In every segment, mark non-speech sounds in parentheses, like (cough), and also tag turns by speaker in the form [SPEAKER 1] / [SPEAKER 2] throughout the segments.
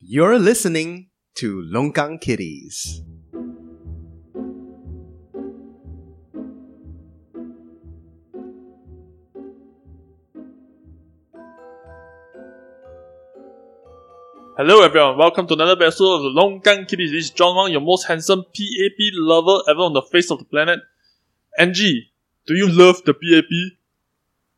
[SPEAKER 1] You're listening to Longkang Kitties.
[SPEAKER 2] Hello, everyone. Welcome to another episode of the Long Gun Kitties. This is John Wang, your most handsome PAP lover ever on the face of the planet. Angie, do you love the PAP?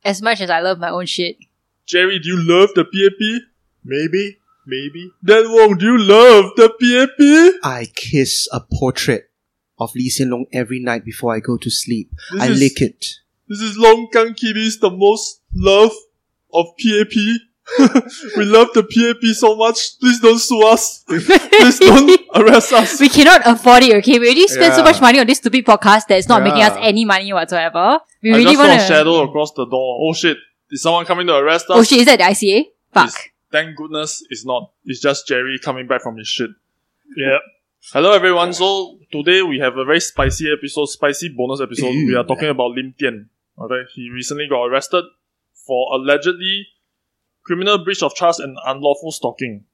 [SPEAKER 3] as much as I love my own shit.
[SPEAKER 2] Jerry, do you love the PAP?
[SPEAKER 1] Maybe, maybe.
[SPEAKER 2] Dan Wong, do you love the PAP?
[SPEAKER 1] I kiss a portrait of Lee Hsien Loong every night before I go to sleep.
[SPEAKER 2] This
[SPEAKER 1] I
[SPEAKER 2] is-
[SPEAKER 1] lick it.
[SPEAKER 2] This is Long Gun Kitties, the most love of PAP. (laughs) we love the PAP so much. Please don't sue
[SPEAKER 3] (laughs)
[SPEAKER 2] us. Please don't arrest us.
[SPEAKER 3] We cannot afford it, okay? We already spent so
[SPEAKER 1] Yeah.
[SPEAKER 3] much money on this stupid podcast that it's not making us
[SPEAKER 1] Yeah.
[SPEAKER 3] any money whatsoever. We
[SPEAKER 2] I
[SPEAKER 3] really
[SPEAKER 2] just saw
[SPEAKER 3] want
[SPEAKER 2] a
[SPEAKER 3] to.
[SPEAKER 2] shadow across the door. Oh shit. Is someone coming to arrest us?
[SPEAKER 3] Oh shit, is that the ICA? Fuck.
[SPEAKER 2] Thank goodness it's not. It's just Jerry coming back from his shit. Yeah. Hello everyone. So today we have a very spicy episode, spicy bonus episode. we are talking about Lim Tian. Okay, he recently got arrested for allegedly criminal breach of trust and unlawful stalking.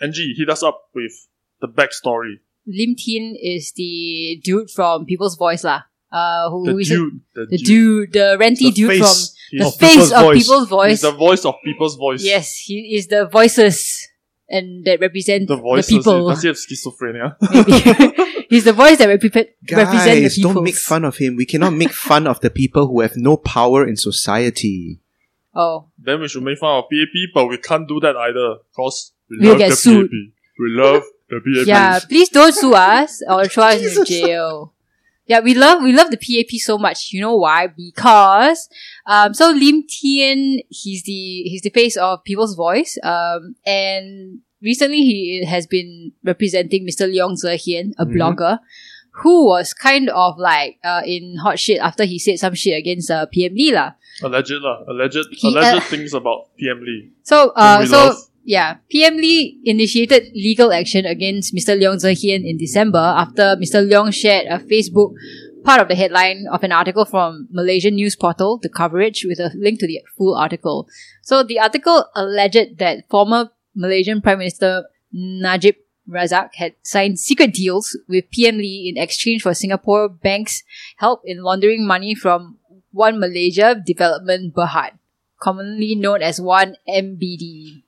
[SPEAKER 2] NG hit us up with the backstory.
[SPEAKER 3] Lim Tin is the dude from People's Voice lah. Uh, who
[SPEAKER 2] The
[SPEAKER 3] is it?
[SPEAKER 2] dude, the,
[SPEAKER 3] The dude, the ranty dude
[SPEAKER 2] face.
[SPEAKER 3] from the
[SPEAKER 2] He's-
[SPEAKER 3] face
[SPEAKER 1] People's
[SPEAKER 3] of
[SPEAKER 1] Voice.
[SPEAKER 3] People's
[SPEAKER 2] he's
[SPEAKER 3] Voice.
[SPEAKER 2] the voice of people's voice.
[SPEAKER 3] yes, he is the voices and that represent
[SPEAKER 2] the voice.
[SPEAKER 3] people.
[SPEAKER 2] Does he have schizophrenia?
[SPEAKER 3] (laughs) maybe. (laughs) He's the voice that repre- represent the
[SPEAKER 1] Guys,
[SPEAKER 3] people.
[SPEAKER 1] don't make fun of him. We cannot make fun of the people who have no power in society.
[SPEAKER 3] Oh,
[SPEAKER 2] then we should make fun of PAP, but we can't do that either because we
[SPEAKER 3] We'll
[SPEAKER 2] love
[SPEAKER 3] get
[SPEAKER 2] the
[SPEAKER 3] sued.
[SPEAKER 2] PAP. We love the PAP.
[SPEAKER 3] Yeah, please don't sue us or throw us in
[SPEAKER 1] Jesus.
[SPEAKER 3] jail. Yeah, we love we love the PAP so much. You know why? Because um, so Lim Tien, he's the he's the face of People's Voice. Um, and recently he has been representing Mr. Leong Zhehian, a
[SPEAKER 1] Mhm.
[SPEAKER 3] blogger, who was kind of like uh, in hot shit after he said some shit against uh, PM Lee lah.
[SPEAKER 2] Alleged, lah. alleged,
[SPEAKER 3] He-
[SPEAKER 2] alleged
[SPEAKER 3] uh,
[SPEAKER 2] things about PM Lee.
[SPEAKER 3] So, uh,
[SPEAKER 2] we
[SPEAKER 3] so
[SPEAKER 2] love.
[SPEAKER 3] yeah, PM Lee initiated legal action against Mr. Leong Zhehian in December after Mr. Leong shared a Facebook part of the headline of an article from Malaysian news portal, The Coverage, with a link to the full article. So the article alleged that former Malaysian Prime Minister Najib Razak had signed secret deals with PM Lee in exchange for Singapore banks' help in laundering money from One Malaysia Development Berhad commonly known as 1MBD.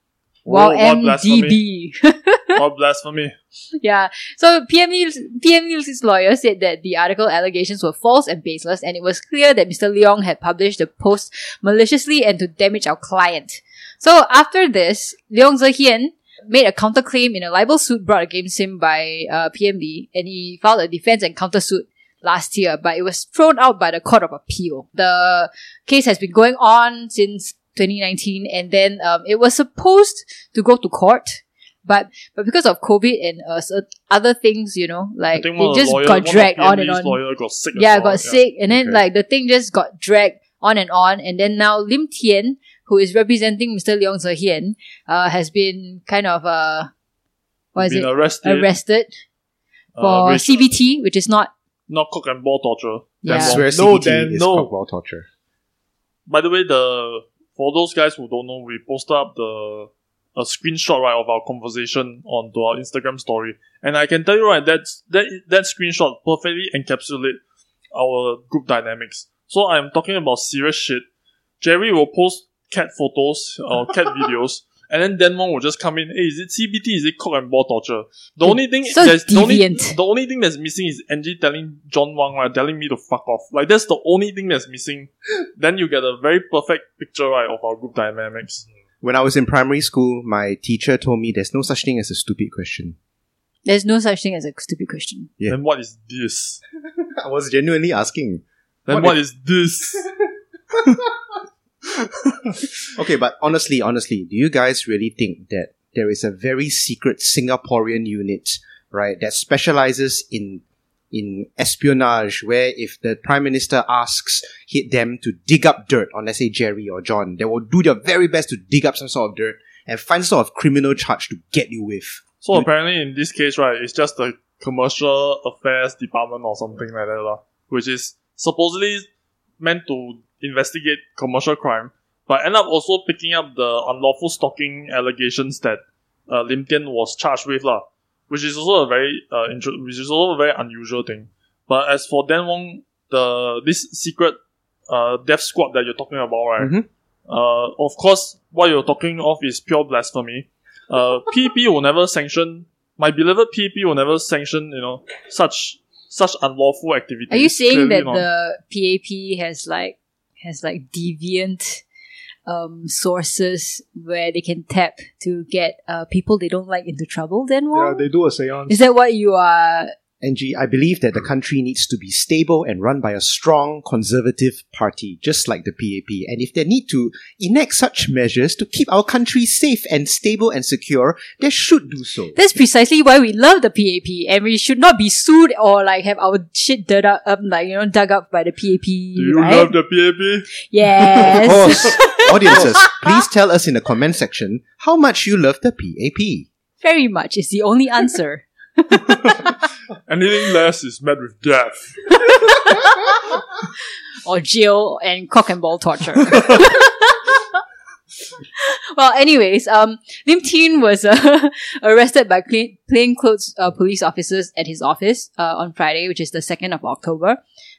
[SPEAKER 3] Wow,
[SPEAKER 2] Whoa, Oh, what blasphemy.
[SPEAKER 3] MDB.
[SPEAKER 2] What blasphemy.
[SPEAKER 3] (laughs) yeah. So PMU's, PMU's lawyer said that the article allegations were false and baseless, and it was clear that Mr. Leong had published the post maliciously and to damage our client. So after this, Leong Zehian made a counterclaim in a libel suit brought against him by uh, PMB, and he filed a defense and countersuit last year, but it was thrown out by the Court of Appeal. The case has been going on since 2019, and then um, it was supposed to go to court, but but because of COVID and uh, cer- other things, you know,
[SPEAKER 2] I
[SPEAKER 3] like
[SPEAKER 2] think one
[SPEAKER 3] it
[SPEAKER 2] of
[SPEAKER 3] just
[SPEAKER 2] the lawyer,
[SPEAKER 3] got dragged
[SPEAKER 2] one
[SPEAKER 3] on
[SPEAKER 2] of
[SPEAKER 3] and
[SPEAKER 2] PMLee's
[SPEAKER 3] on.
[SPEAKER 2] lawyer got sick. as
[SPEAKER 3] Yeah,
[SPEAKER 2] well,
[SPEAKER 3] got sick, and then
[SPEAKER 1] Okay.
[SPEAKER 3] like the thing just got dragged on and on, and then now Lim Tien, who is representing Mr. Leong Zehian, uh, has been kind of uh, what is
[SPEAKER 2] Been
[SPEAKER 3] it?
[SPEAKER 2] arrested
[SPEAKER 3] Arrested
[SPEAKER 2] uh,
[SPEAKER 3] for
[SPEAKER 2] with
[SPEAKER 3] CBT, which is not
[SPEAKER 2] not cock and ball torture.
[SPEAKER 3] Yeah.
[SPEAKER 2] That's
[SPEAKER 3] I
[SPEAKER 2] wrong.
[SPEAKER 1] Swear
[SPEAKER 2] no,
[SPEAKER 1] CBT
[SPEAKER 2] Dan,
[SPEAKER 1] is
[SPEAKER 2] no.
[SPEAKER 1] cockball torture.
[SPEAKER 2] By the way, the for those guys who don't know, we posted up the a screenshot right of our conversation onto our Instagram story, and I can tell you right that that that screenshot perfectly encapsulate our group dynamics. So I'm talking about serious shit. Jerry will post cat photos or cat videos. And then Denmon will just come in. Hey, is it CBT? Is it cock and ball torture? The only thing
[SPEAKER 3] So
[SPEAKER 2] that's the only,
[SPEAKER 3] deviant.
[SPEAKER 2] the only thing that's missing is Angie telling John Wang right, telling me to fuck off. Like that's the only thing that's missing then you get a very perfect picture right of our group dynamics.
[SPEAKER 1] When I was in primary school, my teacher told me there's no such thing as a stupid question.
[SPEAKER 3] there's no such thing as a stupid question.
[SPEAKER 1] Yeah.
[SPEAKER 2] Then what is this?
[SPEAKER 1] I was genuinely asking.
[SPEAKER 2] Then
[SPEAKER 1] What
[SPEAKER 2] what is this?
[SPEAKER 1] Okay, but honestly, honestly, do you guys really think that there is a very secret Singaporean unit, right, that specializes in in espionage, where if the prime minister asks hit them to dig up dirt on, let's say Jerry or John, they will do their very best to dig up some sort of dirt and find some sort of criminal charge to get you with.
[SPEAKER 2] (laughs) so apparently in this case, right, it's just the commercial affairs department or something like that, lah, which is supposedly meant to investigate commercial crime, but end up also picking up the unlawful stalking allegations that uh, Lim Tian was charged with, lah, which is also a very uh, intro- which is also a very unusual thing. But as for Dan Wong, the this secret uh, death squad that you're talking about, right?
[SPEAKER 1] Mhm.
[SPEAKER 2] Uh, of course, what you're talking of is pure blasphemy.
[SPEAKER 3] (laughs)
[SPEAKER 2] Uh, PP will never sanction. My beloved PP will never sanction. You know such such unlawful activities.
[SPEAKER 3] Are you saying
[SPEAKER 2] Clearly
[SPEAKER 3] that
[SPEAKER 2] not.
[SPEAKER 3] the PAP has like has like deviant um, sources where they can tap to get uh, people they don't like into trouble? Then
[SPEAKER 4] Yeah,
[SPEAKER 3] Wong?
[SPEAKER 4] they do a seance.
[SPEAKER 3] is that what you are?
[SPEAKER 1] NG, I believe that the country needs to be stable and run by a strong conservative party, just like the PAP. And if they need to enact such measures to keep our country safe and stable and secure, they should do so.
[SPEAKER 3] That's precisely why we love the PAP, and we should not be sued or like have our shit dug up, um, like you know, dug up by the PAP.
[SPEAKER 2] Do you
[SPEAKER 3] right?
[SPEAKER 2] love Oh. the PAP? (laughs)
[SPEAKER 1] Of
[SPEAKER 3] yes.
[SPEAKER 1] course, audiences, please tell us in the comment section how much you love the PAP.
[SPEAKER 3] Very much is the only answer.
[SPEAKER 2] Anything less is met with death.
[SPEAKER 3] or jail and cock and
[SPEAKER 1] (laughs)
[SPEAKER 3] ball torture. (laughs) well, anyways, um, Lim Tin was uh, (laughs) arrested by plain, plainclothes uh, police officers at his office uh, on Friday, which is the 2nd of October.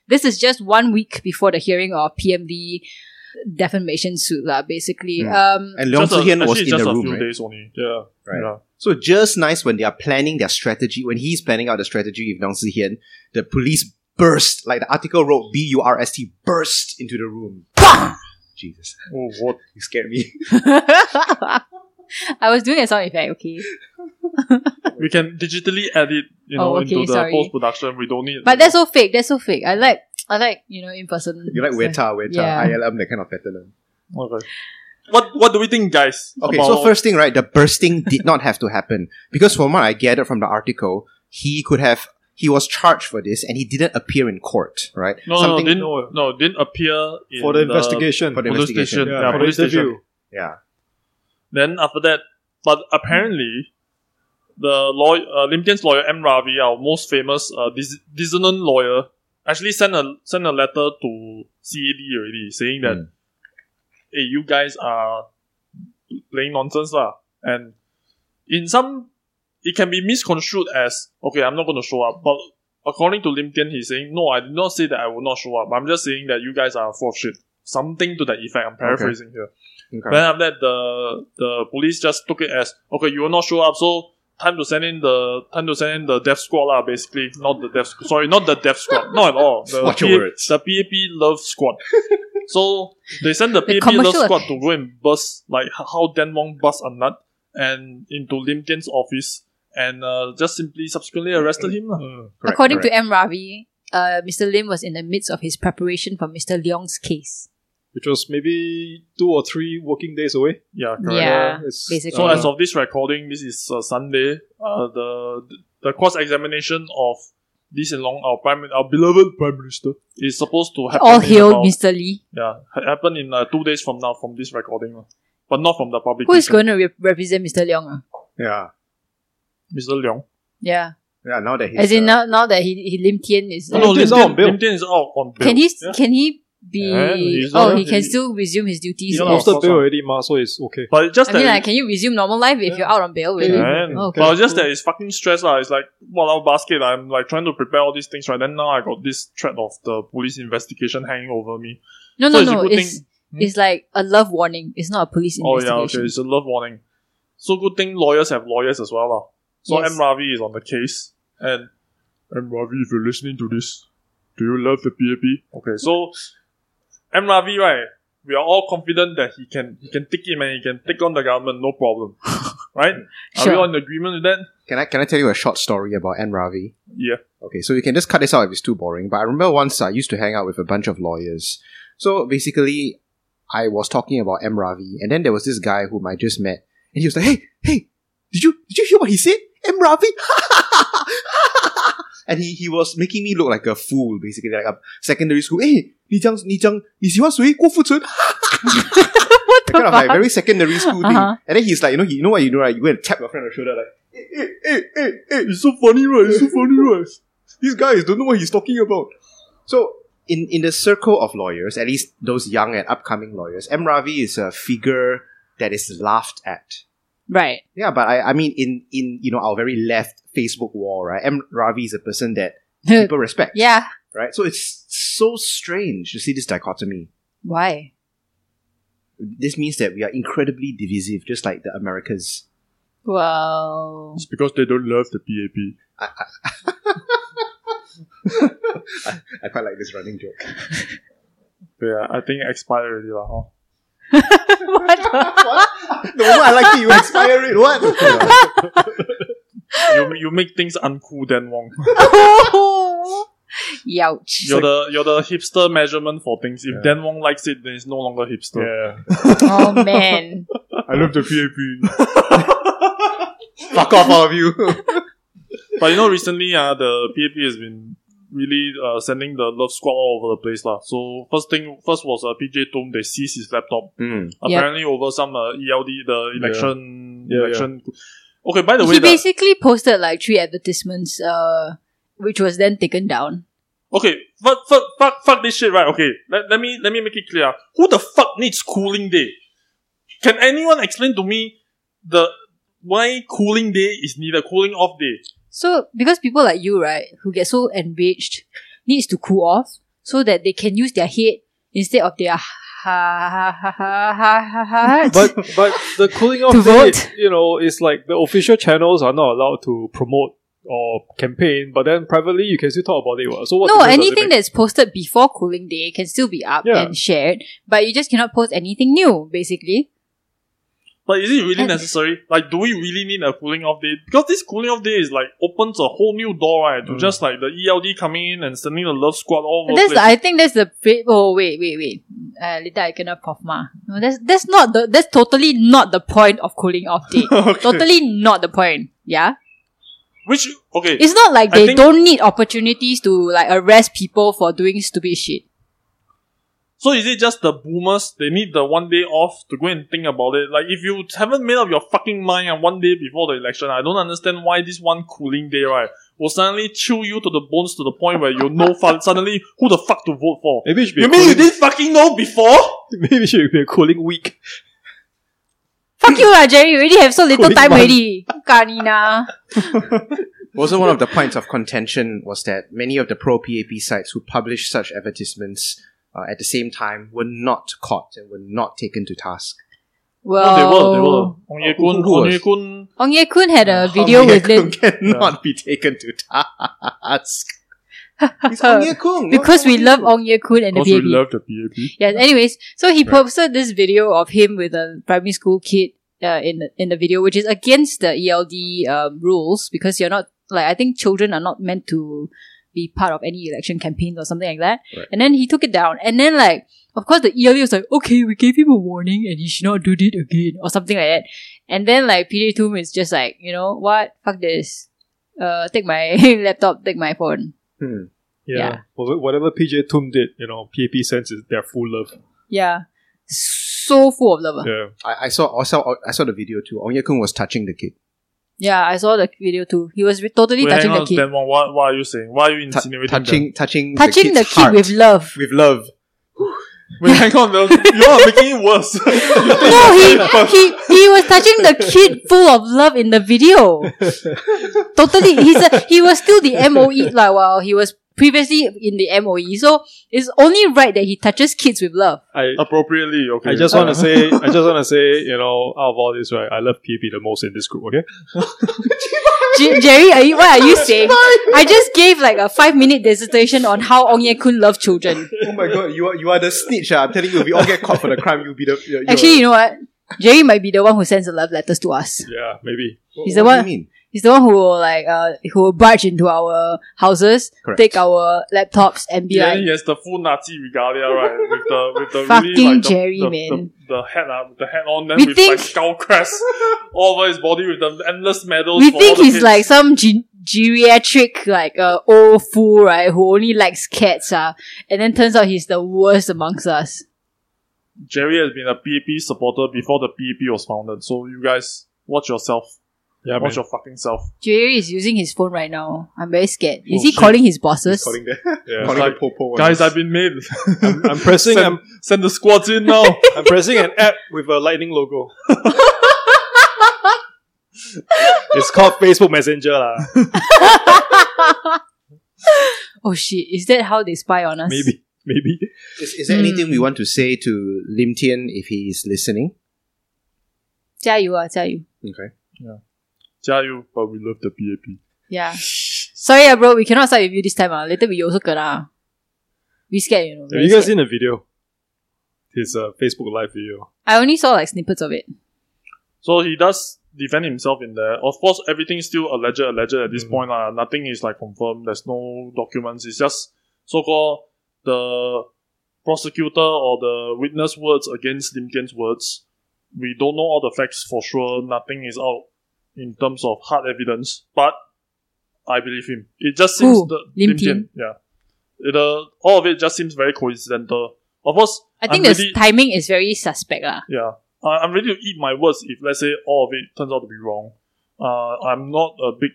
[SPEAKER 3] This is just one week before the hearing of PMD defamation suit, lah, basically.
[SPEAKER 1] Hmm.
[SPEAKER 3] Um, (laughs)
[SPEAKER 1] And (laughs) Leong
[SPEAKER 2] Just a-
[SPEAKER 1] Soo-Hyun was
[SPEAKER 2] actually
[SPEAKER 1] in
[SPEAKER 2] just
[SPEAKER 1] the
[SPEAKER 2] a
[SPEAKER 1] room,
[SPEAKER 2] few
[SPEAKER 1] right?
[SPEAKER 2] days only. Yeah.
[SPEAKER 1] Right.
[SPEAKER 2] Yeah.
[SPEAKER 1] So just nice when they are planning their strategy, when he's planning out the strategy with Dong Sihian, the police burst, like the article wrote B U R S T, burst into the room. Jesus,
[SPEAKER 2] Oh, what?
[SPEAKER 1] you scared me. (laughs)
[SPEAKER 3] I was doing a sound effect, okay.
[SPEAKER 2] We can digitally edit, you know,
[SPEAKER 3] Oh, okay,
[SPEAKER 2] into the
[SPEAKER 3] sorry.
[SPEAKER 2] post production. We don't need.
[SPEAKER 3] But that's so fake. That's so fake. I like, I like, you know, in person.
[SPEAKER 1] You like Weta, Weta,
[SPEAKER 3] Yeah.
[SPEAKER 1] ILM, that kind of pattern.
[SPEAKER 2] okay. What What do we think, guys?
[SPEAKER 1] Okay,
[SPEAKER 2] about-
[SPEAKER 1] so first thing, right, the bursting did not have to happen. Because from what I gathered from the article, he could have, he was charged for this and he didn't appear in court, right?
[SPEAKER 2] no, no, no, didn't no, didn't appear in
[SPEAKER 4] for the investigation.
[SPEAKER 1] for the
[SPEAKER 2] police
[SPEAKER 1] investigation.
[SPEAKER 2] station.
[SPEAKER 4] yeah,
[SPEAKER 2] yeah,
[SPEAKER 4] for the
[SPEAKER 2] police station.
[SPEAKER 4] interview.
[SPEAKER 1] Yeah.
[SPEAKER 2] Then after that, but apparently, the lawyer, uh, Lim Tian's lawyer M Ravi, our most famous uh, dis- dissonant lawyer, actually sent a sent a letter to CAD already saying that,
[SPEAKER 1] Mm.
[SPEAKER 2] hey, you guys are playing nonsense lah, and in some it can be misconstrued as okay, I'm not going to show up, but. According to Lim Tian, he's saying, No, I did not say that I will not show up. I'm just saying that you guys are full of shit. Something to that effect. I'm paraphrasing here.
[SPEAKER 1] Okay.
[SPEAKER 2] Then after that, the the police just took it as okay, you will not show up, so time to send in the time to send in the death squad lah. Basically, not the death. Sorry, not the death
[SPEAKER 1] (laughs)
[SPEAKER 2] squad. Not at all. The
[SPEAKER 1] Watch your
[SPEAKER 2] P-
[SPEAKER 1] words.
[SPEAKER 2] The PAP love squad.
[SPEAKER 1] (laughs)
[SPEAKER 2] so they sent the,
[SPEAKER 3] The
[SPEAKER 2] PAP love
[SPEAKER 3] commercial-
[SPEAKER 2] squad to go and bust like h- how Dan Wong bust a nut and into Lim Tian's office and uh, just simply subsequently arrested him lah.
[SPEAKER 1] Correct,
[SPEAKER 3] According
[SPEAKER 1] correct.
[SPEAKER 3] to M. Ravi, uh, Mr. Lim was in the midst of his preparation for Mr. Leong's case.
[SPEAKER 4] which was maybe two or three working days away.
[SPEAKER 2] Yeah, correct.
[SPEAKER 3] Yeah,
[SPEAKER 4] it's,
[SPEAKER 3] basically.
[SPEAKER 2] So
[SPEAKER 4] uh,
[SPEAKER 2] as of this recording, this is uh, Sunday. Uh, the the cross examination of Lee Hsien Long, our prime, Min- our beloved prime minister, is supposed to happen.
[SPEAKER 3] All
[SPEAKER 2] in
[SPEAKER 3] hail
[SPEAKER 2] about-
[SPEAKER 3] Mr. Lee,
[SPEAKER 2] Yeah, ha- happen in uh, two days from now from this recording, lah. but not from the public.
[SPEAKER 3] who is going to re- represent Mr. Leong. ah?
[SPEAKER 1] Yeah.
[SPEAKER 2] Mr. Leong?
[SPEAKER 3] Yeah,
[SPEAKER 1] Yeah, now that he's.
[SPEAKER 3] as in
[SPEAKER 1] uh,
[SPEAKER 3] now, now that he, he Lim Tian is,
[SPEAKER 4] No,
[SPEAKER 2] No, no,
[SPEAKER 4] no, Lim
[SPEAKER 2] Lim
[SPEAKER 4] Tian-
[SPEAKER 2] Tian,
[SPEAKER 4] Lim
[SPEAKER 2] Lim Tian is out on bail.
[SPEAKER 3] can he
[SPEAKER 2] Yeah.
[SPEAKER 3] can he be?
[SPEAKER 2] Yeah, he's
[SPEAKER 3] oh,
[SPEAKER 2] not-
[SPEAKER 3] he can
[SPEAKER 2] he-
[SPEAKER 3] still resume his duties.
[SPEAKER 4] he's
[SPEAKER 2] Yeah,
[SPEAKER 3] as-
[SPEAKER 2] of
[SPEAKER 4] posted
[SPEAKER 2] course,
[SPEAKER 4] bail
[SPEAKER 2] uh.
[SPEAKER 4] already, ma, so it's okay.
[SPEAKER 2] But it's just
[SPEAKER 3] I mean,
[SPEAKER 2] that
[SPEAKER 3] like, can you resume normal life if
[SPEAKER 4] Yeah.
[SPEAKER 3] you're out on bail? Really? Oh,
[SPEAKER 4] Yeah.
[SPEAKER 2] Can.
[SPEAKER 3] Okay.
[SPEAKER 2] But it's just that it's fucking stress lah. It's like well, basket. I'm like trying to prepare all these things right. Then now I got this threat of the police investigation hanging over me.
[SPEAKER 3] No,
[SPEAKER 2] So
[SPEAKER 3] no,
[SPEAKER 2] it's a
[SPEAKER 3] no.
[SPEAKER 2] good
[SPEAKER 3] It's
[SPEAKER 2] Hmm?
[SPEAKER 3] it's like a love warning. It's not a police
[SPEAKER 2] Oh yeah, okay.
[SPEAKER 3] investigation.
[SPEAKER 2] It's a love warning. So good thing lawyers have lawyers as well, lah. So
[SPEAKER 3] Yes.
[SPEAKER 2] M Ravi is on the case, and M Ravi, if you're listening to this, do you love the PAP? Okay, so M Ravi, right? We are all confident that he can he can take it man, he can take on the government, no problem, (laughs) right? Are we
[SPEAKER 3] Sure.
[SPEAKER 2] all in agreement with that?
[SPEAKER 1] Can I can I tell you a short story about N Ravi?
[SPEAKER 2] Yeah.
[SPEAKER 1] Okay, so you can just cut this out if it's too boring. But I remember once I used to hang out with a bunch of lawyers. So basically, I was talking about M Ravi, and then there was this guy whom I just met, and he was like, "Hey, hey, did you did you hear what he said, M Ravi?" (laughs) and he he was making me look like a fool, basically like a secondary school. Hey, 你讲你讲你喜欢谁？郭富城。what the kind of like
[SPEAKER 3] fuck?
[SPEAKER 1] very secondary school thing.
[SPEAKER 3] Uh-huh.
[SPEAKER 1] And then he's like, you know, he, you know what you do, right? You go and tap your friend on the shoulder, like.
[SPEAKER 4] Hey, hey, hey, hey, it's so funny, right? It's so funny, right?
[SPEAKER 1] these guys don't know what he's talking about. So in in the circle of lawyers, at least those young and upcoming lawyers, M Ravi is a figure that is laughed at.
[SPEAKER 3] Right.
[SPEAKER 1] Yeah, but I, I mean, in in you know our very left Facebook wall, right? M Ravi is a person that people respect,
[SPEAKER 3] yeah.
[SPEAKER 1] right? So it's so strange to see this dichotomy.
[SPEAKER 3] Why?
[SPEAKER 1] This means that we are incredibly divisive, just like the Americas.
[SPEAKER 3] Wow.
[SPEAKER 2] It's because they don't love the PAP.
[SPEAKER 1] I, I quite like this running joke. (laughs)
[SPEAKER 2] Yeah, I think it expired already lah. huh?
[SPEAKER 3] (laughs) what the-
[SPEAKER 1] what? The moment I like it, you inspire it. What?
[SPEAKER 2] You, you make things uncool, Dan (laughs) Wong.
[SPEAKER 3] Youch.
[SPEAKER 2] (laughs) You're the you're the hipster measurement for things. If
[SPEAKER 4] Yeah.
[SPEAKER 2] Dan Wong likes it, then it's no longer hipster.
[SPEAKER 4] Yeah.
[SPEAKER 2] (laughs)
[SPEAKER 3] Oh man.
[SPEAKER 4] I love the PAP.
[SPEAKER 1] Fuck off, all of you.
[SPEAKER 2] But you know, recently uh, the PAP has been really uh, sending the love squad all over the place lah. So first thing first was uh, PJ Tom they seized his laptop
[SPEAKER 1] Mm.
[SPEAKER 3] Yeah.
[SPEAKER 2] apparently over some uh, ELD the election
[SPEAKER 4] Yeah, yeah.
[SPEAKER 2] election. Okay, by the way,
[SPEAKER 3] he
[SPEAKER 2] the-
[SPEAKER 3] basically posted like three advertisements, uh, which was then taken down.
[SPEAKER 2] Okay, fuck, fuck, fuck, fuck this shit, right? Okay, let, let me let me make it clear. Who the fuck needs cooling day? Can anyone explain to me the why cooling day is needed? Cooling off day.
[SPEAKER 3] So because people like you, right, who get so enraged, needs to cool off so that they can use their head instead of their ha ha ha ha ha ha. ha.
[SPEAKER 4] (laughs) but but the cooling off
[SPEAKER 3] To
[SPEAKER 4] day,
[SPEAKER 3] vote.
[SPEAKER 4] you know, it's like the official channels are not allowed to promote or campaign, but then privately you can still talk about it. what. So what
[SPEAKER 3] no,
[SPEAKER 4] difference does it
[SPEAKER 3] anything
[SPEAKER 4] make?
[SPEAKER 3] that's posted before cooling day can still be up
[SPEAKER 4] Yeah.
[SPEAKER 3] and shared, but you just cannot post anything new, basically.
[SPEAKER 2] But is it really
[SPEAKER 3] And-
[SPEAKER 2] necessary? Like, do we really need a cooling off day? Because this cooling off day is like opens a whole new door, right? To
[SPEAKER 4] Mm.
[SPEAKER 2] just like the E ELD coming in and sending the love squad all over.
[SPEAKER 3] that's
[SPEAKER 2] the
[SPEAKER 3] the,
[SPEAKER 2] place.
[SPEAKER 3] I think that's the fa- oh wait wait wait uh, later I cannot puff ma. No, that's that's not the that's totally not the point of cooling off day.
[SPEAKER 2] (laughs) Okay.
[SPEAKER 3] Totally not the point. Yeah,
[SPEAKER 2] Which okay,
[SPEAKER 3] it's not like
[SPEAKER 2] I
[SPEAKER 3] they
[SPEAKER 2] think-
[SPEAKER 3] don't need opportunities to like arrest people for doing stupid shit.
[SPEAKER 2] So is it just the boomers? They need the one day off to go and think about it. Like if you haven't made up your fucking mind on one day before the election, I don't understand why this one cooling day right will suddenly chill you to the bones to the point where you know fu- suddenly who the fuck to vote for.
[SPEAKER 4] Maybe it should be
[SPEAKER 2] You
[SPEAKER 4] a
[SPEAKER 2] mean you
[SPEAKER 4] cooling,
[SPEAKER 2] didn't fucking know before?
[SPEAKER 4] maybe it should be a cooling week.
[SPEAKER 3] Fuck you lah, Jerry. You already have so little
[SPEAKER 4] Cooling
[SPEAKER 3] time
[SPEAKER 4] month.
[SPEAKER 3] already. Kanina.
[SPEAKER 1] Also, one of the points of contention was that many of the pro PAP sites who published such advertisements uh, at the same time were not caught and were not taken to task.
[SPEAKER 3] Well,
[SPEAKER 2] Oh, they were, they were. Ong Ye
[SPEAKER 1] Who-
[SPEAKER 2] Kun,
[SPEAKER 1] who
[SPEAKER 2] Ong
[SPEAKER 1] was?
[SPEAKER 2] Ye Kun.
[SPEAKER 3] Ong Ye Kun had a video
[SPEAKER 1] Ong Ye
[SPEAKER 3] with Lin
[SPEAKER 1] Kung Oh cannot be taken to task. It's Ong Ye Kung, not
[SPEAKER 3] because we
[SPEAKER 1] Ong Ye
[SPEAKER 3] love
[SPEAKER 1] Kung.
[SPEAKER 3] Ong Ye Kun and the
[SPEAKER 2] Because we
[SPEAKER 3] baby.
[SPEAKER 2] love the PAP.
[SPEAKER 3] Yes. Anyways, so he posted this video of him with a primary school kid uh, in the, in the video, which is against the ELD um, rules because you're not like I think children are not meant to be part of any election campaigns or something like that.
[SPEAKER 1] Right.
[SPEAKER 3] And then he took it down, and then like of course the ELD was like, okay, we gave him a warning, and he should not do it again or something like that. And then like PJ Toom is just like, you know what, fuck this, uh, take my (laughs) laptop, take my phone.
[SPEAKER 1] Hmm.
[SPEAKER 3] Yeah.
[SPEAKER 4] Wha- Whatever PJ Toom did, you know, PAP sense is their full love.
[SPEAKER 3] Yeah, so full of love.
[SPEAKER 4] Yeah.
[SPEAKER 1] I, I saw also I saw the video too. Ong Ye Kung was touching the kid.
[SPEAKER 3] Yeah, I saw the video too. He was re- totally
[SPEAKER 2] Wait,
[SPEAKER 3] touching
[SPEAKER 2] hang
[SPEAKER 3] the
[SPEAKER 2] on,
[SPEAKER 3] kid.
[SPEAKER 2] Stan Wong, what, what are you saying? Why are you
[SPEAKER 1] Tou-
[SPEAKER 2] insinuating that?
[SPEAKER 1] touching touching
[SPEAKER 3] touching the,
[SPEAKER 1] kid's
[SPEAKER 3] kid
[SPEAKER 1] heart
[SPEAKER 3] with love.
[SPEAKER 1] with love.
[SPEAKER 2] Wait, hang on,
[SPEAKER 4] (laughs)
[SPEAKER 2] you're making it worse.
[SPEAKER 3] no, he, he he was touching the kid full of love in the video. totally, he's a, he was still the MOE like while he was previously in the MOE. So it's only right that he touches kids with love.
[SPEAKER 4] I
[SPEAKER 2] Appropriately, okay.
[SPEAKER 4] I just want to say, I just want to say, you know, out of all this, right, I love PAP the most in this group. Okay,
[SPEAKER 3] J- Jerry, are you, what are you saying? I just gave like a five minute dissertation on how Ong Ye Kun loved children.
[SPEAKER 1] Oh my god, you are you are the snitch. ah. I'm telling you, we all get caught for the crime. You'll be the you're,
[SPEAKER 3] Actually, you know what? Jerry might be the one who sends the love letters to us.
[SPEAKER 4] yeah, maybe.
[SPEAKER 3] he's the
[SPEAKER 1] what
[SPEAKER 3] one-
[SPEAKER 1] do you mean?
[SPEAKER 3] He's the one who will like uh who will barge into our houses,
[SPEAKER 1] Correct.
[SPEAKER 3] take our laptops, and be
[SPEAKER 2] Yeah,
[SPEAKER 3] like,
[SPEAKER 2] he has the full Nazi regalia, right? With the with the really,
[SPEAKER 3] Fucking
[SPEAKER 2] like, the,
[SPEAKER 3] Jerry,
[SPEAKER 2] the,
[SPEAKER 3] man.
[SPEAKER 2] The, the hat, uh, with the hat on, then
[SPEAKER 3] We
[SPEAKER 2] with
[SPEAKER 3] think-
[SPEAKER 2] like skull crest
[SPEAKER 3] (laughs)
[SPEAKER 2] all over his body with the endless medals.
[SPEAKER 3] we
[SPEAKER 2] for
[SPEAKER 3] think
[SPEAKER 2] all the
[SPEAKER 3] he's
[SPEAKER 2] kids.
[SPEAKER 3] like some ge- geriatric like uh, old fool, right? Who only likes cats, uh, and then turns out he's the worst amongst us.
[SPEAKER 2] Jerry has been a PAP supporter before the PAP was founded. So you guys watch yourself,
[SPEAKER 4] Yeah,
[SPEAKER 2] watch
[SPEAKER 4] man.
[SPEAKER 2] your fucking self.
[SPEAKER 3] Jerry is using his phone right now. I'm very scared.
[SPEAKER 2] Oh,
[SPEAKER 3] Is he
[SPEAKER 2] shit.
[SPEAKER 3] calling his bosses?
[SPEAKER 1] Calling the
[SPEAKER 4] Yeah.
[SPEAKER 1] calling
[SPEAKER 2] like,
[SPEAKER 1] the popo. on
[SPEAKER 2] Guys,
[SPEAKER 1] us.
[SPEAKER 2] I've been made. (laughs)
[SPEAKER 4] I'm, I'm pressing.
[SPEAKER 2] send,
[SPEAKER 4] I'm,
[SPEAKER 2] send the squads in now. (laughs)
[SPEAKER 4] I'm pressing an app with a lightning logo. It's called Facebook Messenger. lah.
[SPEAKER 3] Oh shit! Is that how they spy on us?
[SPEAKER 4] Maybe. Maybe.
[SPEAKER 1] Is, is there
[SPEAKER 3] Hmm.
[SPEAKER 1] anything we want to say to Lim Tian if he is listening?
[SPEAKER 3] 加油啊，加油！
[SPEAKER 1] Okay.
[SPEAKER 2] Tell you, but we love the BAP.
[SPEAKER 3] Yeah. Sorry, ah, bro. We cannot side with you this time. Ah, later we also kena. We scared, you know.
[SPEAKER 4] Have
[SPEAKER 3] very
[SPEAKER 4] you guys
[SPEAKER 3] scared.
[SPEAKER 4] seen the video? His uh, Facebook live
[SPEAKER 3] (laughs)
[SPEAKER 4] video.
[SPEAKER 3] I only saw like snippets of it.
[SPEAKER 2] So he does defend himself in there. Of course, everything's still alleged, alleged at this
[SPEAKER 4] Mm.
[SPEAKER 2] point. lah. Nothing is like confirmed. There's no documents. It's just so called the prosecutor or the witness words against Lim Tian's words. We don't know all the facts for sure. Nothing is out in terms of hard evidence, but I believe him. It just seems
[SPEAKER 3] Who?
[SPEAKER 2] the
[SPEAKER 3] Lim Tian?
[SPEAKER 2] Yeah. It, uh, all of it just seems very coincidental. Of course,
[SPEAKER 3] I think
[SPEAKER 2] I'm
[SPEAKER 3] the
[SPEAKER 2] really-
[SPEAKER 3] timing is very suspect, lah.
[SPEAKER 2] yeah. I, I'm ready to eat my words if, let's say, all of it turns out to be wrong. Uh, I'm not a big.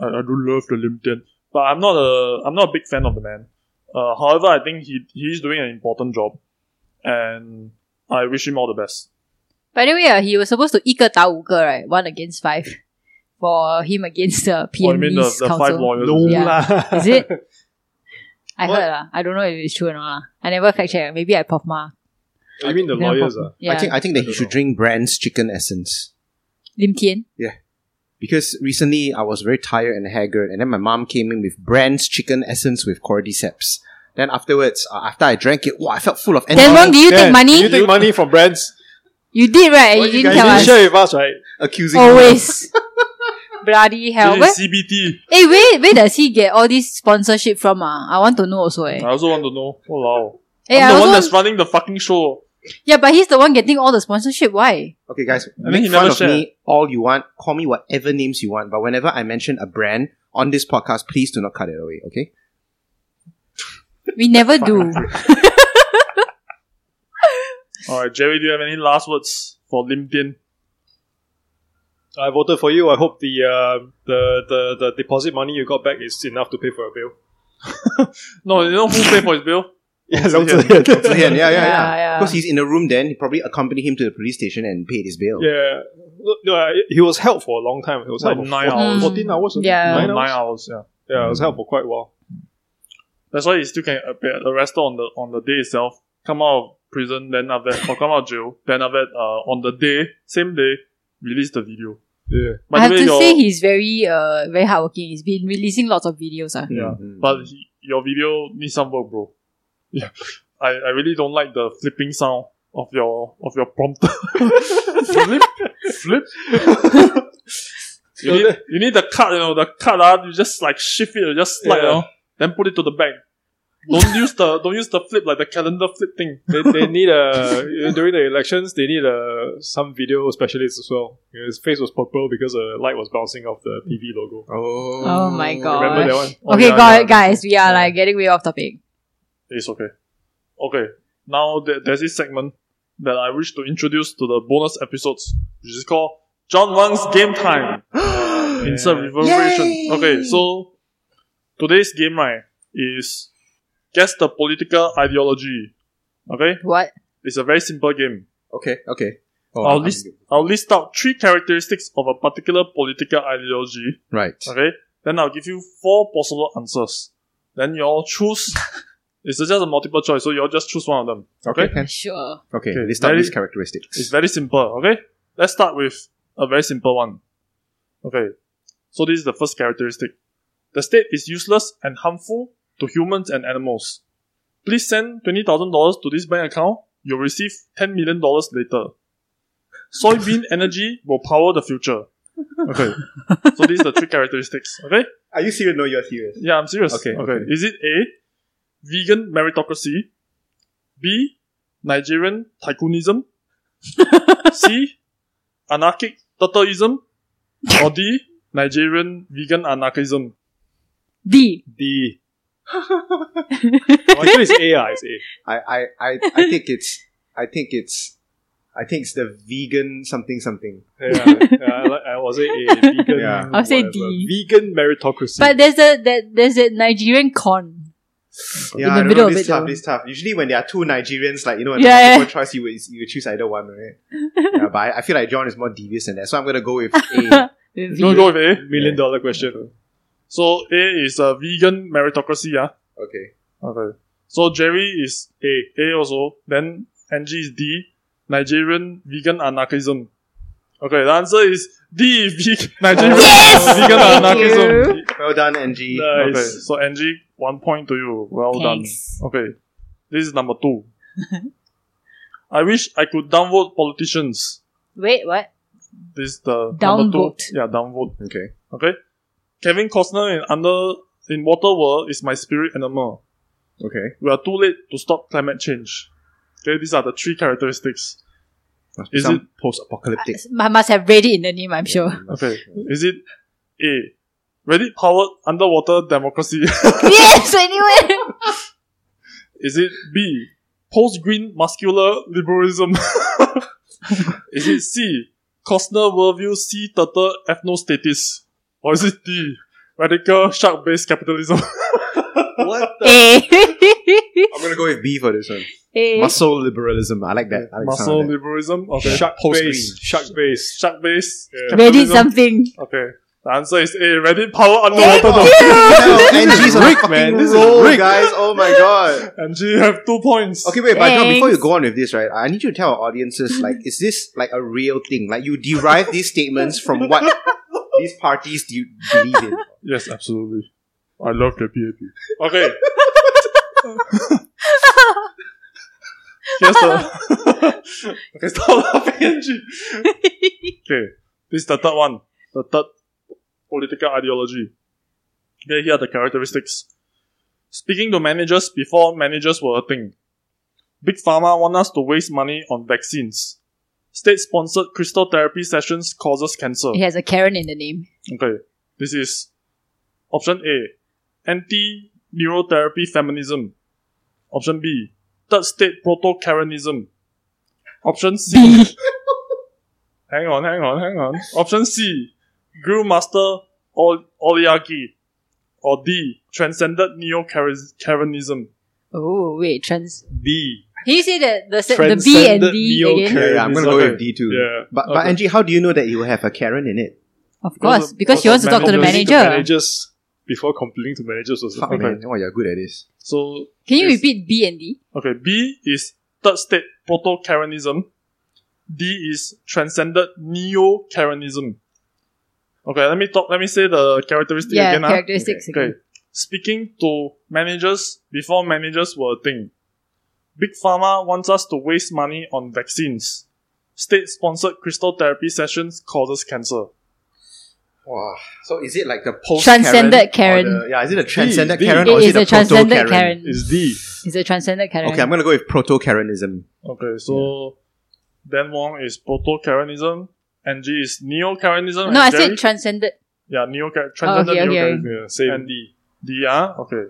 [SPEAKER 2] I, I do love the Lim Tian, but I'm not a. I'm not a big fan of the man. Uh, however, I think he he's doing an important job, and I wish him all the best.
[SPEAKER 3] By the way, ah, he was supposed to 一个打五个, right? One against five for him against the
[SPEAKER 2] Oh, you mean the,
[SPEAKER 3] PMD's
[SPEAKER 2] the five
[SPEAKER 3] council.
[SPEAKER 2] lawyers?
[SPEAKER 4] No
[SPEAKER 2] is it?
[SPEAKER 3] Yeah.
[SPEAKER 4] lah.
[SPEAKER 3] Is it? I
[SPEAKER 1] What?
[SPEAKER 3] heard lah. I don't know if it's true or not. lah. I never fact check. Maybe I pop ma.
[SPEAKER 4] I mean the
[SPEAKER 3] Never
[SPEAKER 4] lawyers
[SPEAKER 3] pop-
[SPEAKER 4] uh? are.
[SPEAKER 3] Yeah.
[SPEAKER 1] I think I think that he
[SPEAKER 4] I don't
[SPEAKER 1] should
[SPEAKER 4] know.
[SPEAKER 1] drink Brand's chicken essence.
[SPEAKER 3] Lim Tian.
[SPEAKER 1] Because recently I was very tired and haggard, and then my mom came in with Brand's chicken essence with cordyceps. Then afterwards, uh, after I drank it, wow, I felt full of energy.
[SPEAKER 3] Then wrong, did you
[SPEAKER 4] Dan,
[SPEAKER 3] take money?
[SPEAKER 4] Did you take money from brands?
[SPEAKER 3] You did right? you didn't
[SPEAKER 4] guys
[SPEAKER 3] tell
[SPEAKER 4] didn't
[SPEAKER 3] us.
[SPEAKER 4] share with us, right?
[SPEAKER 1] accusing me.
[SPEAKER 3] Always. (laughs) Bloody hell. Where,
[SPEAKER 2] This is CBT.
[SPEAKER 3] hey, where, where does he get all this sponsorship from? Ah, I want to know also. Eh.
[SPEAKER 2] I also want to know. Oh wow.
[SPEAKER 3] Hey,
[SPEAKER 2] I'm
[SPEAKER 3] I
[SPEAKER 2] the
[SPEAKER 3] also,
[SPEAKER 2] one that's running the fucking show.
[SPEAKER 3] yeah, but he's the one getting all the sponsorship. Why?
[SPEAKER 1] Okay, guys,
[SPEAKER 2] mean,
[SPEAKER 1] make
[SPEAKER 2] he
[SPEAKER 1] fun
[SPEAKER 2] never
[SPEAKER 1] of me all you want. Call me whatever names you want, but whenever I mention a brand on this podcast, please do not cut it away. Okay?
[SPEAKER 3] We never do.
[SPEAKER 2] All right, Jerry, do you have any last words for Lim Tian?
[SPEAKER 4] I voted for you. I hope the uh, the, the the deposit money you got back is enough to pay for a bill.
[SPEAKER 2] No, you know who paid for his bill?
[SPEAKER 4] (laughs) Yeah,
[SPEAKER 2] Zhi
[SPEAKER 1] (laughs) So yeah, yeah, yeah,
[SPEAKER 3] Yeah, yeah.
[SPEAKER 1] yeah. Because he's in the room. Then he probably accompanied him to the police station and paid his bill.
[SPEAKER 4] Yeah. No, No, I- he was held for a long time. He was
[SPEAKER 2] Like
[SPEAKER 4] held for
[SPEAKER 2] nine
[SPEAKER 3] hours.
[SPEAKER 4] 14 Fourteen hours.
[SPEAKER 3] Yeah.
[SPEAKER 2] No,
[SPEAKER 4] Nine,
[SPEAKER 2] nine
[SPEAKER 4] hours.
[SPEAKER 2] hours. Yeah.
[SPEAKER 4] Yeah, he was held for quite a while.
[SPEAKER 2] That's why you still can uh, be arrested on the on the day itself. Come out of prison, then after that, or come out of jail, then after that, uh, on the day, same day, release the video.
[SPEAKER 4] Yeah.
[SPEAKER 2] By
[SPEAKER 3] I
[SPEAKER 2] the
[SPEAKER 3] have
[SPEAKER 2] way,
[SPEAKER 3] to
[SPEAKER 2] your-
[SPEAKER 3] say he's very uh very hardworking. He's been releasing lots of videos. Ah.
[SPEAKER 2] Yeah,
[SPEAKER 1] Mm.
[SPEAKER 2] but he, your video needs some work, bro. (laughs) Yeah, I, I really don't like the flipping sound of your of your (laughs) prompter. flip, flip. you,
[SPEAKER 4] So
[SPEAKER 2] need,
[SPEAKER 4] that-
[SPEAKER 2] you need the cut, you know, the cut. Uh, you just like shift it, you just slide, you
[SPEAKER 4] Yeah.
[SPEAKER 2] know, then put it to the back. Don't use the don't use the flip like the calendar flip thing.
[SPEAKER 4] they, they need a during the elections. They need a some video specialist as well. His face was purple because the light was bouncing off the PV logo.
[SPEAKER 1] oh,
[SPEAKER 3] Oh my god.
[SPEAKER 4] Remember that one?
[SPEAKER 2] Oh,
[SPEAKER 3] okay,
[SPEAKER 2] yeah,
[SPEAKER 3] got
[SPEAKER 2] yeah.
[SPEAKER 3] it, guys. We are
[SPEAKER 2] Yeah.
[SPEAKER 3] like getting way off topic.
[SPEAKER 2] It's okay. Okay, now th- there's this segment that I wish to introduce to the bonus episodes, which is called John Wang's Game Time. Insert reverberation.
[SPEAKER 1] Yay!
[SPEAKER 2] Okay, so today's game, right, is guess the political ideology. Okay,
[SPEAKER 3] What?
[SPEAKER 2] it's a very simple game.
[SPEAKER 1] (gasps) Okay, okay. Oh,
[SPEAKER 2] I'll
[SPEAKER 1] I'm-
[SPEAKER 2] list I'll list out three characteristics of a particular political ideology.
[SPEAKER 1] Right.
[SPEAKER 2] Okay, then I'll give you four possible answers. Then you all choose. it's just a multiple choice, so you all just choose one of them.
[SPEAKER 1] Okay. can-
[SPEAKER 3] Sure.
[SPEAKER 1] Okay.
[SPEAKER 2] Okay,
[SPEAKER 1] List out
[SPEAKER 2] very-
[SPEAKER 1] these characteristics.
[SPEAKER 2] It's very simple, okay? Let's start with a very simple one. Okay, so this is the first characteristic. The state is useless and harmful to humans and animals. Please send $20,000 to this bank account. You'll receive $10 million later. Soybean (laughs) energy will power the future. (laughs) Okay, so these are the three (laughs) characteristics, okay?
[SPEAKER 1] Are you serious? No, you're serious.
[SPEAKER 2] Yeah, I'm serious.
[SPEAKER 1] Okay,
[SPEAKER 2] okay.
[SPEAKER 1] okay.
[SPEAKER 2] Is it A, vegan meritocracy? B, Nigerian
[SPEAKER 3] (laughs)
[SPEAKER 2] tycoonism? C, anarchic turtleism? Or D, Nigerian vegan anarchism?
[SPEAKER 3] D. (laughs)
[SPEAKER 4] D. oh, actually, it's A. ah, It's A.
[SPEAKER 1] I, I, I, I think it's. I think it's. I think it's the vegan something something.
[SPEAKER 4] Yeah, yeah, I, like- I was say A. Vegan.
[SPEAKER 1] Yeah.
[SPEAKER 3] I'll say
[SPEAKER 4] whatever.
[SPEAKER 3] D.
[SPEAKER 4] Vegan meritocracy.
[SPEAKER 3] But there's a that there's a Nigerian con.
[SPEAKER 1] Yeah,
[SPEAKER 3] the
[SPEAKER 1] I don't
[SPEAKER 3] middle
[SPEAKER 1] know.
[SPEAKER 3] of
[SPEAKER 1] This
[SPEAKER 3] it,
[SPEAKER 1] tough.
[SPEAKER 3] though.
[SPEAKER 1] This tough. Usually, when there are two Nigerians, like you know, and
[SPEAKER 3] Yeah,
[SPEAKER 1] multiple
[SPEAKER 3] yeah.
[SPEAKER 1] choice, you would, you would choose either one, right? yeah, but I, I feel like John is more devious than that, so I'm gonna go with A.
[SPEAKER 3] With
[SPEAKER 2] You want to go with A?
[SPEAKER 4] Million dollar question.
[SPEAKER 2] So A is a vegan meritocracy, yeah.
[SPEAKER 1] Okay.
[SPEAKER 2] Okay. So Jerry is A. A also. Then Angie is D. Nigerian vegan anarchism. Okay, the answer is D. (laughs) Ve- Nigerian
[SPEAKER 3] Yes!
[SPEAKER 2] vegan
[SPEAKER 3] Thank
[SPEAKER 2] anarchism.
[SPEAKER 1] Well done, Angie.
[SPEAKER 2] Okay, so Angie, one point to you. Well
[SPEAKER 3] Thanks.
[SPEAKER 2] done. Okay, this is number
[SPEAKER 3] (laughs)
[SPEAKER 2] two. I wish I could downvote politicians.
[SPEAKER 3] Wait, what?
[SPEAKER 2] This is the number
[SPEAKER 3] Downvote.
[SPEAKER 2] Two. Yeah, downvote.
[SPEAKER 1] Okay.
[SPEAKER 2] Okay. Kevin Costner in Under in Waterworld is my spirit animal.
[SPEAKER 1] Okay.
[SPEAKER 2] We are too late to stop climate change. Okay, these are the three characteristics.
[SPEAKER 1] Must
[SPEAKER 2] Is
[SPEAKER 1] some post-apocalyptic?
[SPEAKER 3] I must have read it in the name,
[SPEAKER 2] (laughs)
[SPEAKER 3] I'm (laughs) sure.
[SPEAKER 2] Okay, is it A. Reddit powered underwater democracy? (laughs)
[SPEAKER 3] yes, anyway.
[SPEAKER 2] is it B. Post green muscular liberalism? is it C. Costner worldview sea turtle ethnostatus? Or is it D. Radical shark based capitalism?
[SPEAKER 1] what?
[SPEAKER 3] (laughs)
[SPEAKER 2] (laughs)
[SPEAKER 3] A.
[SPEAKER 1] I'm gonna go with B for this one.
[SPEAKER 3] A.
[SPEAKER 1] Muscle liberalism. I like that. I like the sound
[SPEAKER 2] Muscle
[SPEAKER 1] of that.
[SPEAKER 2] liberalism? Okay.
[SPEAKER 4] Shark
[SPEAKER 1] Post
[SPEAKER 4] base.
[SPEAKER 1] green.
[SPEAKER 4] Shark base.
[SPEAKER 2] Shark based.
[SPEAKER 4] Yeah.
[SPEAKER 2] (laughs)
[SPEAKER 3] Reddit something.
[SPEAKER 2] Okay. The answer is A. Reddit power
[SPEAKER 3] Thank
[SPEAKER 2] underwater. (laughs)
[SPEAKER 1] Hell,
[SPEAKER 3] you.
[SPEAKER 1] Angie's on a
[SPEAKER 4] Rick,
[SPEAKER 1] fucking
[SPEAKER 4] man, this is
[SPEAKER 1] roll,
[SPEAKER 4] Rick.
[SPEAKER 1] guys. Oh my (laughs) god.
[SPEAKER 2] And you have two points.
[SPEAKER 1] Okay, wait, but John, before you
[SPEAKER 3] Thanks.
[SPEAKER 1] go on with this, right? I need you to tell our audiences, like, is this like a real thing? Like, you derive these statements from what these parties do you believe in?
[SPEAKER 2] Yes, absolutely. I love the PAP. Okay. Here's the (laughs) Okay, stop laughing, Angie. Okay. This is the third one. The third political ideology. Okay, here are the characteristics. Speaking to managers before managers were a thing. Big Pharma want us to waste money on vaccines. State-sponsored crystal therapy sessions causes cancer.
[SPEAKER 3] It has a Karen in the name.
[SPEAKER 2] Okay, this is option A, anti neurotherapy feminism. Option B, third state proto Karenism. Option C,
[SPEAKER 3] B.
[SPEAKER 2] (laughs) hang on, hang on, hang on. Option C, Grill Master Ol- Oliaki. Or D, transcended neo Karenism.
[SPEAKER 3] Oh, wait, trans.
[SPEAKER 4] D.
[SPEAKER 3] Can you say that the, se- the B and
[SPEAKER 4] Transcended
[SPEAKER 3] D
[SPEAKER 4] neo
[SPEAKER 3] again?
[SPEAKER 1] Yeah, yeah, I'm gonna
[SPEAKER 4] Okay.
[SPEAKER 1] go with D too.
[SPEAKER 4] Yeah.
[SPEAKER 1] But, but
[SPEAKER 2] Okay.
[SPEAKER 1] Angie, how do you know that you have a Karen in it?
[SPEAKER 3] Of course, because he
[SPEAKER 2] because
[SPEAKER 3] wants
[SPEAKER 2] the
[SPEAKER 3] to talk to the
[SPEAKER 2] managers-
[SPEAKER 3] manager.
[SPEAKER 4] managers before complaining to managers was
[SPEAKER 1] Fuck, man. Oh, you're good at this.
[SPEAKER 2] So,
[SPEAKER 3] Can you
[SPEAKER 2] Yes.
[SPEAKER 3] repeat B and D?
[SPEAKER 2] okay, B is third state proto Karenism. D is transcended neo Karenism. Okay, let me talk. Let me say the characteristic
[SPEAKER 3] Yeah,
[SPEAKER 2] again. ah.
[SPEAKER 3] characteristics
[SPEAKER 2] Okay.
[SPEAKER 3] again.
[SPEAKER 2] Speaking to managers before managers were a thing. Big Pharma wants us to waste money on vaccines. State sponsored crystal therapy sessions causes cancer.
[SPEAKER 1] Wow. So is it like the post
[SPEAKER 3] Transcended Karen.
[SPEAKER 1] yeah, is it a transcended
[SPEAKER 4] D.
[SPEAKER 1] Karen
[SPEAKER 3] It
[SPEAKER 1] or is
[SPEAKER 3] is
[SPEAKER 1] it a,
[SPEAKER 3] a transcendent
[SPEAKER 1] proto Karen?
[SPEAKER 3] Karen.
[SPEAKER 4] Is D.
[SPEAKER 3] It's a transcendent Karen.
[SPEAKER 1] Okay, I'm gonna go with proto Karenism.
[SPEAKER 2] Okay, so Dan Wong is proto Karenism, Angie is neo Karenism.
[SPEAKER 3] no, I said transcended.
[SPEAKER 2] yeah, neo transcended
[SPEAKER 3] okay,
[SPEAKER 2] neo
[SPEAKER 3] okay.
[SPEAKER 2] Karenism.
[SPEAKER 4] Yeah, same.
[SPEAKER 2] And D. D, ah? Okay.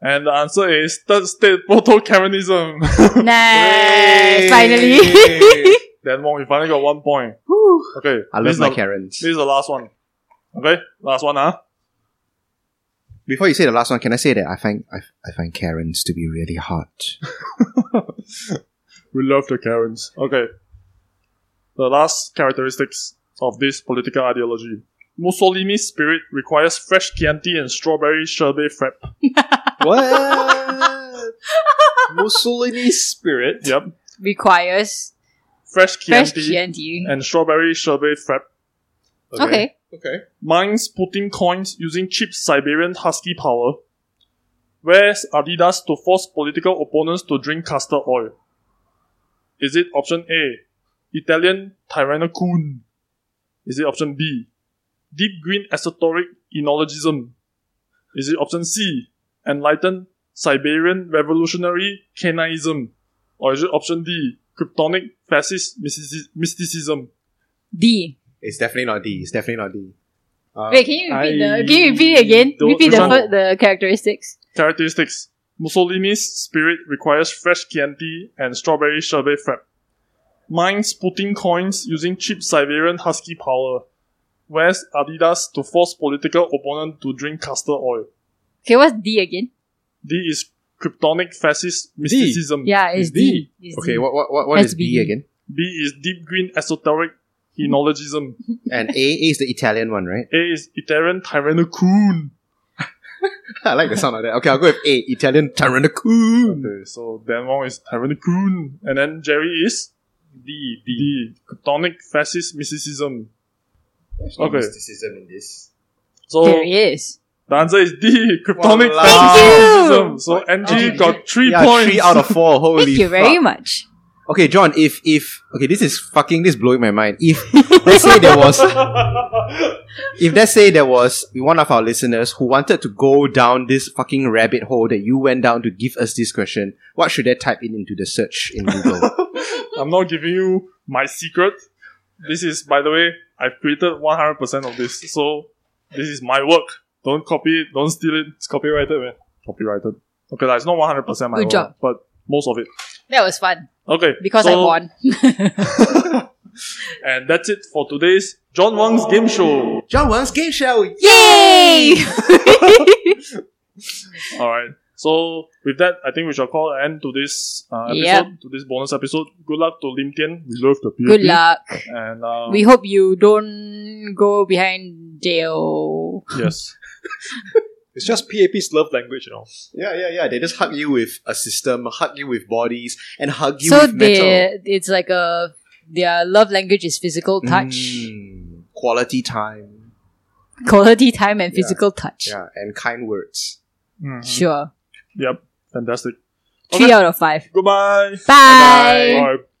[SPEAKER 2] And the answer is third state proto (laughs) Karenism.
[SPEAKER 3] Nice,
[SPEAKER 1] Yay.
[SPEAKER 3] finally.
[SPEAKER 1] (laughs)
[SPEAKER 2] Dan Wong, you finally got one point.
[SPEAKER 1] Whew.
[SPEAKER 2] Okay.
[SPEAKER 1] I
[SPEAKER 2] this
[SPEAKER 1] love
[SPEAKER 2] is
[SPEAKER 1] my
[SPEAKER 2] the-
[SPEAKER 1] Karens.
[SPEAKER 2] This is the last one. Okay, last one, huh?
[SPEAKER 1] Before you say the last one, can I say that I find I, I find Karens to be really hot.
[SPEAKER 2] We love the Karens. Okay. The last characteristics of this political ideology. Mussolini's spirit requires fresh Chianti and strawberry sherbet frap.
[SPEAKER 4] what? Mussolini's spirit.
[SPEAKER 2] Yep.
[SPEAKER 3] Requires
[SPEAKER 2] Fresh
[SPEAKER 3] fresh
[SPEAKER 2] Chianti,
[SPEAKER 3] Chianti.
[SPEAKER 2] and strawberry sherbet frap.
[SPEAKER 3] Okay.
[SPEAKER 4] Okay.
[SPEAKER 2] Mines putting coins using cheap Siberian husky power. Where's Adidas to force political opponents to drink castor oil? Is it option A? Italian Tyrannocoon? Is it option B? Deep green esoteric enologism? Is it option C? Enlightened Siberian revolutionary canaism? Or is it option D? Kryptonic fascist mystici- mysticism?
[SPEAKER 3] D.
[SPEAKER 1] It's definitely not D. It's definitely not D. Uh,
[SPEAKER 3] Wait, can you repeat
[SPEAKER 4] I
[SPEAKER 3] the? Can you repeat it again?
[SPEAKER 4] don't
[SPEAKER 3] Repeat the
[SPEAKER 2] remember.
[SPEAKER 3] fir- the characteristics.
[SPEAKER 2] Characteristics Mussolini's spirit requires fresh Chianti and strawberry sherbet frap. Mines putting coins using cheap Siberian husky power. Wears Adidas to force political opponent to drink castor oil.
[SPEAKER 3] Okay, what's D again?
[SPEAKER 2] D is kryptonic fascist mysticism.
[SPEAKER 3] Yeah, it's,
[SPEAKER 4] It's D.
[SPEAKER 3] It's
[SPEAKER 1] okay, what what what, what
[SPEAKER 3] Has
[SPEAKER 1] is
[SPEAKER 3] to be
[SPEAKER 1] B
[SPEAKER 3] D.
[SPEAKER 1] again?
[SPEAKER 2] B is deep green esoteric Henologism.
[SPEAKER 1] And A, A is the Italian one, right? (laughs)
[SPEAKER 2] A is Italian Tyrannocoon.
[SPEAKER 1] I like the sound of that. Okay, I'll go with A, Italian Tyrannocoon.
[SPEAKER 2] Okay, so Dan Wong is Tyrannocoon. And then Jerry is
[SPEAKER 4] D, D.
[SPEAKER 2] the Cryptonic Fascist Mysticism.
[SPEAKER 5] There's
[SPEAKER 2] Okay.
[SPEAKER 5] mysticism in this.
[SPEAKER 2] So
[SPEAKER 3] There he is.
[SPEAKER 2] the answer is D, Cryptonic
[SPEAKER 1] Wow.
[SPEAKER 2] Fascist
[SPEAKER 3] Thank
[SPEAKER 2] Mysticism. So NG
[SPEAKER 1] Okay.
[SPEAKER 2] got three
[SPEAKER 1] yeah,
[SPEAKER 2] points.
[SPEAKER 1] three out of
[SPEAKER 3] (laughs)
[SPEAKER 1] four. Holy
[SPEAKER 3] Thank you very
[SPEAKER 1] fuck.
[SPEAKER 3] much.
[SPEAKER 1] Okay, John, if if okay, this is fucking this is blowing my mind. If let's say there
[SPEAKER 2] (laughs)
[SPEAKER 1] was if let's say there was one of our listeners who wanted to go down this fucking rabbit hole that you went down to give us this question, what should they type in into the search in Google?
[SPEAKER 2] I'm not giving you my secret. This is, by the way, I've created 100% of this. So this is my work. Don't copy it. Don't steal it. It's copyrighted, man. Copyrighted. Okay, that's not 100% my
[SPEAKER 3] Good
[SPEAKER 2] work,
[SPEAKER 3] job.
[SPEAKER 2] but most of it.
[SPEAKER 3] That was fun
[SPEAKER 2] Okay.
[SPEAKER 3] because I
[SPEAKER 2] so-
[SPEAKER 3] won.
[SPEAKER 2] And that's it for today's John Wang's Game Show.
[SPEAKER 1] John Wang's game show.
[SPEAKER 3] Yay!
[SPEAKER 2] All right. So with that, I think we shall call an end to this uh, episode,
[SPEAKER 3] Yep.
[SPEAKER 2] to this bonus episode. Good luck to Lim Tian. We love the PvP.
[SPEAKER 3] Good luck.
[SPEAKER 2] And
[SPEAKER 4] um,
[SPEAKER 2] uh,
[SPEAKER 3] We hope you don't go behind jail.
[SPEAKER 2] yes,
[SPEAKER 4] It's just PAP's love language, you know.
[SPEAKER 1] (laughs) Yeah, yeah, yeah. They just hug you with a system, hug you with bodies, and hug you
[SPEAKER 3] so
[SPEAKER 1] with metal.
[SPEAKER 3] they, it's like a their love language is physical touch, (laughs)
[SPEAKER 1] Mm, quality time.
[SPEAKER 3] quality time, and
[SPEAKER 1] Yeah.
[SPEAKER 3] physical touch.
[SPEAKER 1] Yeah, and kind words.
[SPEAKER 3] Sure,
[SPEAKER 2] fantastic.
[SPEAKER 3] three
[SPEAKER 2] Okay.
[SPEAKER 3] out of five.
[SPEAKER 2] Goodbye.
[SPEAKER 3] Bye.
[SPEAKER 2] Bye.